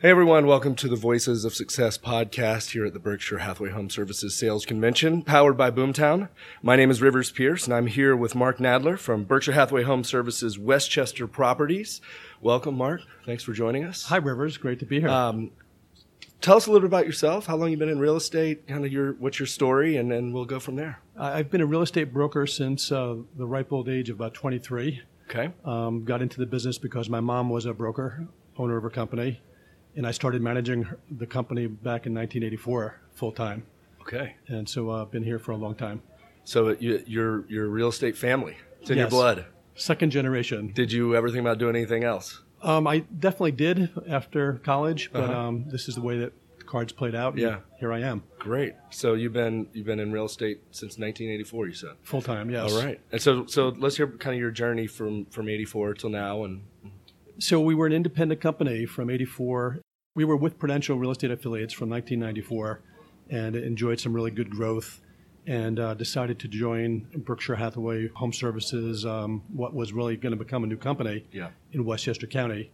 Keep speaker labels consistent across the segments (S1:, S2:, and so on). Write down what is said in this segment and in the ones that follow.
S1: Hey everyone, welcome to the Voices of Success podcast here at the Berkshire Hathaway Home Services Sales Convention, powered by Boomtown. My name is Rivers Pierce, and I'm here with Mark Nadler from Berkshire Hathaway Home Services Westchester Properties. Welcome, Mark. Thanks for joining us.
S2: Hi, Rivers. Great to be here.
S1: Um, tell us a little bit about yourself. How long you been in real estate? Kind of your what's your story, and then we'll go from there.
S2: I- I've been a real estate broker since uh, the ripe old age of about 23.
S1: Okay.
S2: Um, got into the business because my mom was a broker, owner of a company, and I started managing her- the company back in 1984 full time.
S1: Okay.
S2: And so uh, I've been here for a long time.
S1: So uh, you, you're you're a real estate family. It's in your
S2: Yes.
S1: blood.
S2: Second generation.
S1: Did you ever think about doing anything else?
S2: Um, I definitely did after college, but
S1: Uh-huh.
S2: um, this is the way that the cards played out. and
S1: Yeah.
S2: Here I am,
S1: Great. So you've been you've been in real estate since 1984. You said.
S2: full time. Yes.
S1: All right. And so so let's hear kind of your journey from from 84 till now and
S2: So we were an independent company from 84. We were with Prudential Real Estate Affiliates from 1994 and enjoyed some really good growth and uh, decided to join Berkshire Hathaway Home Services, um, what was really going to become a new company
S1: yeah.
S2: in Westchester County,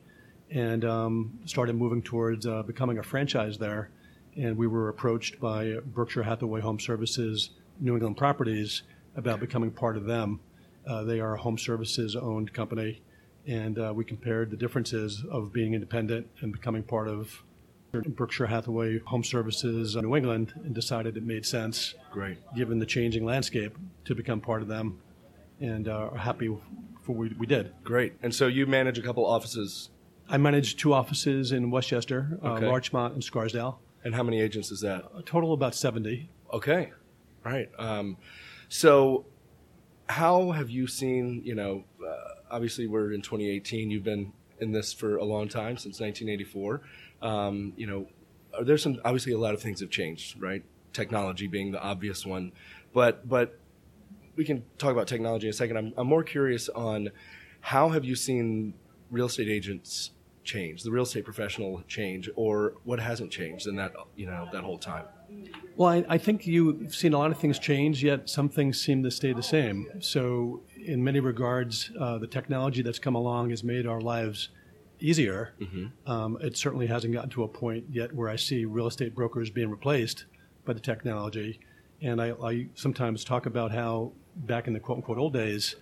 S2: and um, started moving towards uh, becoming a franchise there. And we were approached by Berkshire Hathaway Home Services, New England Properties, about becoming part of them. Uh, they are a home services owned company, and uh, we compared the differences of being independent and becoming part of Berkshire Hathaway Home Services uh, New England, and decided it made sense
S1: Great.
S2: given the changing landscape to become part of them, and uh, are happy for what we- we did.
S1: Great. And so you manage a couple offices
S2: I manage two offices in Westchester, uh,
S1: Okay.
S2: Larchmont and Scarsdale.
S1: and how many agents is that?
S2: A total of about 70.
S1: Okay. All right. Um, so how have you seen, you know, uh, obviously we're in 2018, you've been in this for a long time since 1984. Um, you know, are there some obviously a lot of things have changed, right? Technology being the obvious one. But but we can talk about technology in a second. I'm, I'm more curious on how have you seen real estate agents change, the real estate professional change, or what hasn't changed in that you know that whole time?
S2: Well, I, I think you've seen a lot of things change, yet some things seem to stay the same. So, in many regards, uh, the technology that's come along has made our lives easier. Um, it certainly hasn't gotten to a point yet where I see real estate brokers being replaced by the technology. And I, I sometimes talk about how back in the quote unquote old days,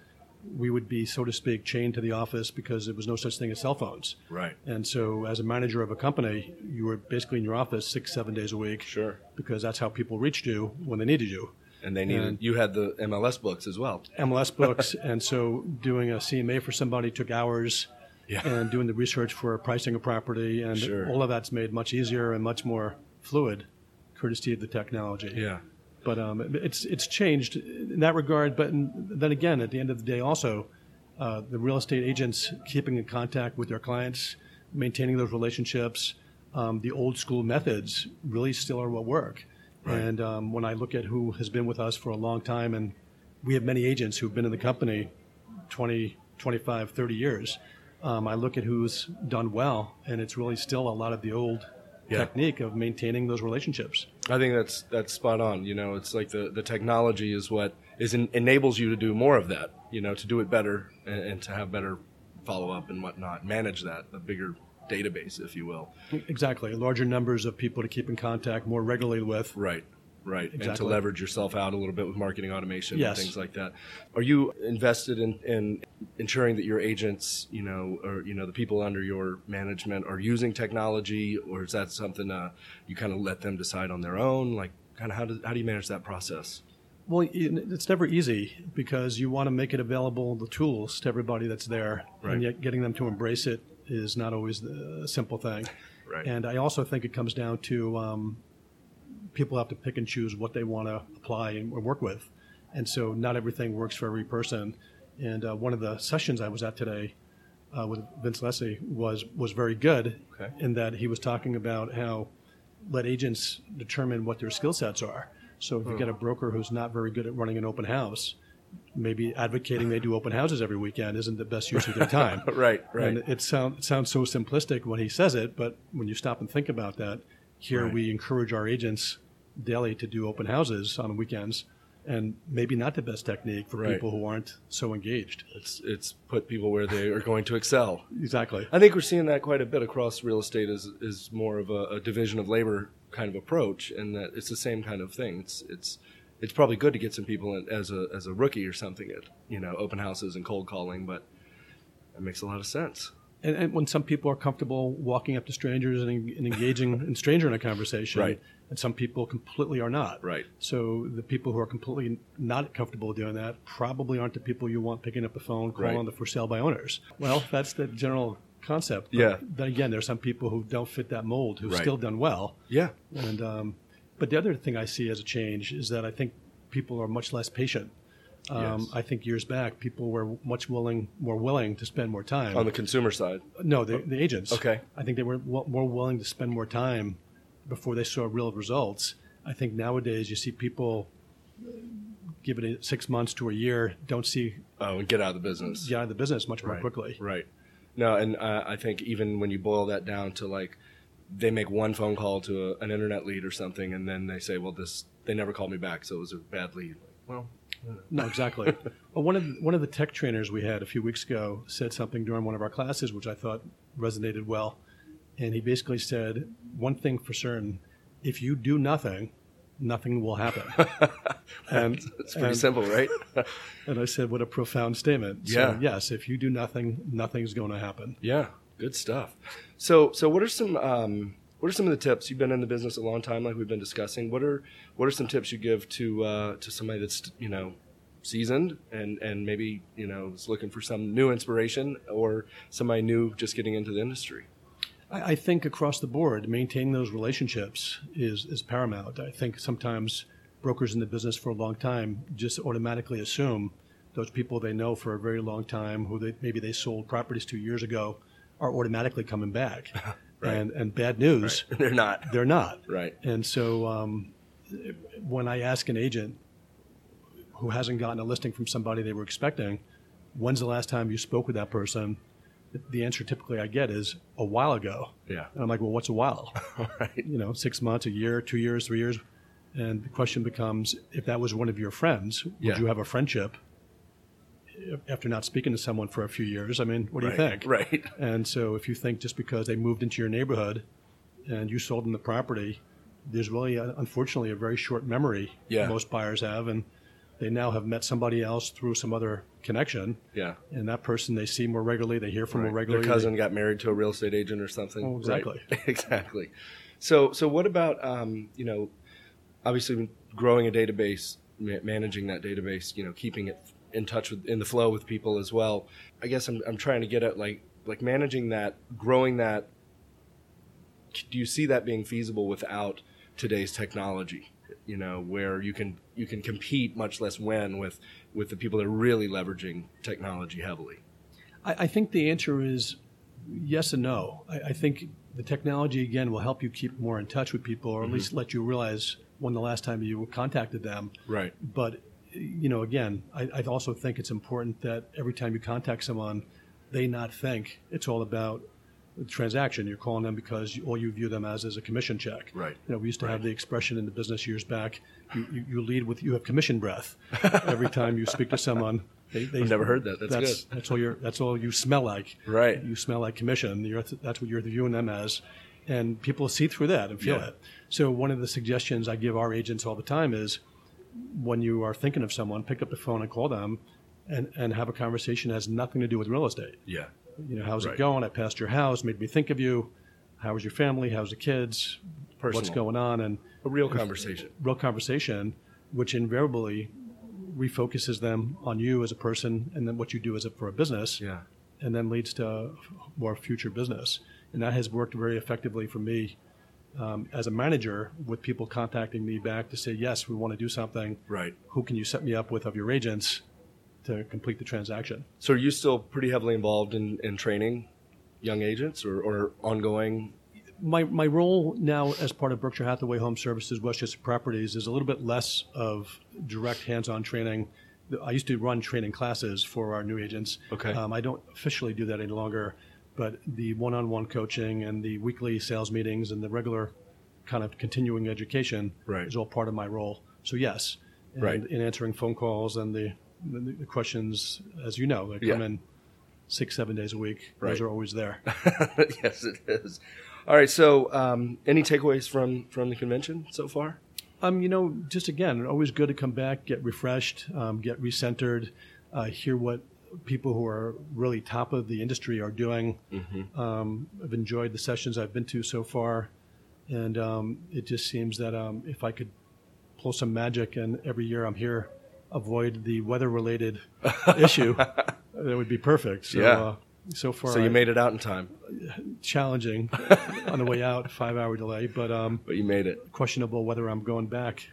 S2: we would be, so to speak, chained to the office because there was no such thing as cell phones.
S1: Right.
S2: And so, as a manager of a company, you were basically in your office six, seven days a week
S1: Sure.
S2: because that's how people reached you when they needed you.
S1: And they needed
S2: And-
S1: you had the MLS books as well.
S2: MLS books, and so doing a CMA for somebody took hours,
S1: Yeah.
S2: and doing the research for pricing a property, and
S1: Sure.
S2: all of that's made much easier and much more fluid, courtesy of the technology.
S1: Yeah.
S2: But um, it- it's it's changed in that regard. But in- then again, at the end of the day, also uh, the real estate agents keeping in contact with their clients, maintaining those relationships, um, the old school methods really still are what work.
S1: Right.
S2: And um, when I look at who has been with us for a long time, and we have many agents who've been in the company 20, 25, 30 years, um, I look at who's done well, and it's really still a lot of the old
S1: Yeah.
S2: technique of maintaining those relationships.
S1: I think that's that's spot on. You know, it's like the, the technology is what is en- enables you to do more of that. You know, to do it better and, and to have better follow up and whatnot, manage that a bigger database, if you will.
S2: Exactly. Larger numbers of people to keep in contact more regularly with.
S1: Right. Right. And to
S2: Exactly.
S1: leverage yourself out a little bit with marketing automation
S2: Yes.
S1: and things like that. Are you invested in, in ensuring that your agents, you know, or you know, the people under your management are using technology or is that something uh, you kind of let them decide on their own? Like kind of how do, how do you manage that process?
S2: Well, it- it's never easy because you want to make it available, the tools to everybody that's there,
S1: Right.
S2: and yet getting them to embrace it is not always the- a simple thing.
S1: Right.
S2: And I also think it comes down to um, people have to pick and choose what they want to apply and work with. And so not everything works for every person. And uh, one of the sessions I was at today uh, with Vince Leslie was, was very good
S1: Okay.
S2: in that he was talking about how let agents determine what their skill sets are. So if you
S1: Hmm.
S2: get a broker who's not very good at running an open house, maybe advocating they do open houses every weekend isn't the best use of their time.
S1: Right, right.
S2: And it, sound, it sounds so simplistic when he says it, but when you stop and think about that, here
S1: Right.
S2: we encourage our agents daily to do open houses on weekends and maybe not the best technique for
S1: Right.
S2: people who aren't so engaged.
S1: It's it's put people where they are going to excel.
S2: Exactly.
S1: I think we're seeing that quite a bit across real estate is is more of a, a division of labor kind of approach, and that it's the same kind of thing. It's it's it's probably good to get some people in as a as a rookie or something at you know open houses and cold calling, but that makes a lot of sense.
S2: And, and when some people are comfortable walking up to strangers and, en- and engaging in stranger in a conversation,
S1: Right.
S2: and some people completely are not.
S1: Right.
S2: So the people who are completely not comfortable doing that probably aren't the people you want picking up the phone, calling
S1: Right.
S2: on the for sale by owners. Well, that's the general concept. But
S1: Yeah.
S2: Then again, there's some people who don't fit that mold who've
S1: Right.
S2: still done well.
S1: Yeah.
S2: And um, but the other thing I see as a change is that I think people are much less patient. Um,
S1: Yes.
S2: I think years back, people were much willing, more willing to spend more time.
S1: On the consumer side,
S2: No, the, the agents.
S1: Oh. Okay.
S2: I think they were w- more willing to spend more time before they saw real results. I think nowadays you see people uh, give it a- six months to a year, don't see
S1: oh, and get out of the business.
S2: get out of the business much more
S1: Right.
S2: quickly.
S1: Right. No, and uh, I think even when you boil that down to like, they make one phone call to a, an internet lead or something, and then they say, "Well, this they never called me back, so it was a bad lead." Well,
S2: No, exactly. well, one of the, one of the tech trainers we had a few weeks ago said something during one of our classes, which I thought resonated well, and he basically said one thing for certain: if you do nothing, nothing will happen. and
S1: it's pretty
S2: and-
S1: simple, right?
S2: And I said, "What a profound statement." So,
S1: Yeah.
S2: yes, if you do nothing, nothing's going to happen.
S1: yeah, good stuff. So, so what are some um, what are some of the tips? You've been in the business a long time, like we've been discussing. What are what are some tips you give to uh, to somebody that's you know seasoned and and maybe you know is looking for some new inspiration or somebody new just getting into the industry?
S2: I, I think across the board, maintaining those relationships is is paramount. I think sometimes brokers in the business for a long time just automatically assume those people they know for a very long time, who they, maybe they sold properties two years ago, are automatically coming back.
S1: Right.
S2: And and bad news,
S1: They're not
S2: they're not.
S1: right.
S2: And so um, when I ask an agent who hasn't gotten a listing from somebody they were expecting, when's the last time you spoke with that person? The answer typically I get is a while ago.
S1: Yeah.
S2: And I'm like, well, what's a while?
S1: Right.
S2: you know, six months, a year, two years, three years. And the question becomes if that was one of your friends, would
S1: Yeah.
S2: you have a friendship after not speaking to someone for a few years? I mean, what do
S1: right.
S2: you think?
S1: Right.
S2: And so if you think just because they moved into your neighborhood and you sold them the property, there's really, uh, unfortunately, a very short memory
S1: Yeah.
S2: most buyers have. And they now have met somebody else through some other connection.
S1: Yeah.
S2: And that person they see more regularly, they hear from more regularly.
S1: Their cousin got married to a real estate agent or something.
S2: Oh, exactly.
S1: Right? exactly. So, so what about um, you know, obviously growing a database, ma- managing that database, you know, keeping it in touch with in the flow with people as well. I guess I'm I'm trying to get at like like managing that, growing that. Do you see that being feasible without today's technology? You know, where you can you can compete, much less win with with the people that are really leveraging technology heavily.
S2: I, I think the answer is yes and no. I, I think the technology again will help you keep more in touch with people,
S1: Mm-hmm.
S2: or at least let you realize when the last time you contacted them.
S1: Right.
S2: But you know, again, I, I also think it's important that every time you contact someone, they not think it's all about the transaction. You're calling them because you, all you view them as is a commission check.
S1: Right.
S2: You know, we used to have the expression in the business years back: you, you, you lead with you have commission breath every time you speak to someone. They, they,
S1: I've never heard that. That's
S2: that's
S1: good.
S2: that's all you that's all you smell like.
S1: Right.
S2: You smell like commission. You're, that's what you're viewing them as, and people see through that and feel
S1: Yeah.
S2: it. So one of the suggestions I give our agents all the time is, when you are thinking of someone, pick up the phone and call them, and and have a conversation that has nothing to do with real estate.
S1: Yeah.
S2: You know, how's
S1: Right.
S2: it going? I passed your house, made me think of you. How was your family? How's the kids? What's
S1: Personal.
S2: going on? And
S1: A real conversation.
S2: real conversation, which invariably refocuses them on you as a person and then what you do as a, for a business,
S1: Yeah.
S2: and then leads to more future business. And that has worked very effectively for me um, as a manager with people contacting me back to say, yes, we want to do something.
S1: Right.
S2: Who can you set me up with of your agents to complete the transaction?
S1: So are you still pretty heavily involved in, in training young agents or, or ongoing?
S2: my, my role now as part of Berkshire Hathaway Home Services Westchester Properties is a little bit less of direct hands-on training. The- I used to run training classes for our new agents.
S1: Okay.
S2: Um, I don't officially do that any longer, but the one-on-one coaching and the weekly sales meetings and the regular kind of continuing education
S1: Right.
S2: is all part of my role. So yes, and,
S1: Right.
S2: in answering phone calls and the, the, the questions, as you know, that come
S1: Yeah.
S2: in six, seven days a week.
S1: Right.
S2: Those are always there.
S1: yes, it is. All right. So, um, any takeaways from from the convention so far?
S2: Um, you know, just again, always good to come back, get refreshed, um, get recentered, uh, hear what people who are really top of the industry are doing.
S1: Mm-hmm.
S2: Um, I've enjoyed the sessions I've been to so far, and um, it just seems that um, if I could pull some magic, and every year I'm here, avoid the weather-related issue, that would be perfect. So,
S1: Yeah.
S2: uh, so far,
S1: So you
S2: I-
S1: made it out in time,
S2: challenging on the way out, five-hour delay, but um,
S1: but you made it.
S2: questionable whether I'm going back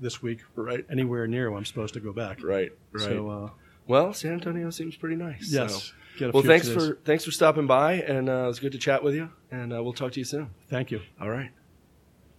S2: this week
S1: Right.
S2: anywhere near where I'm supposed to go back.
S1: Right. Right.
S2: So uh,
S1: well, San Antonio seems pretty nice.
S2: yes,
S1: so-
S2: get a
S1: Well,
S2: few
S1: thanks
S2: of today's.
S1: for thanks for stopping by, and uh, it was good to chat with you. And uh, we'll talk to you soon.
S2: thank you.
S1: All right.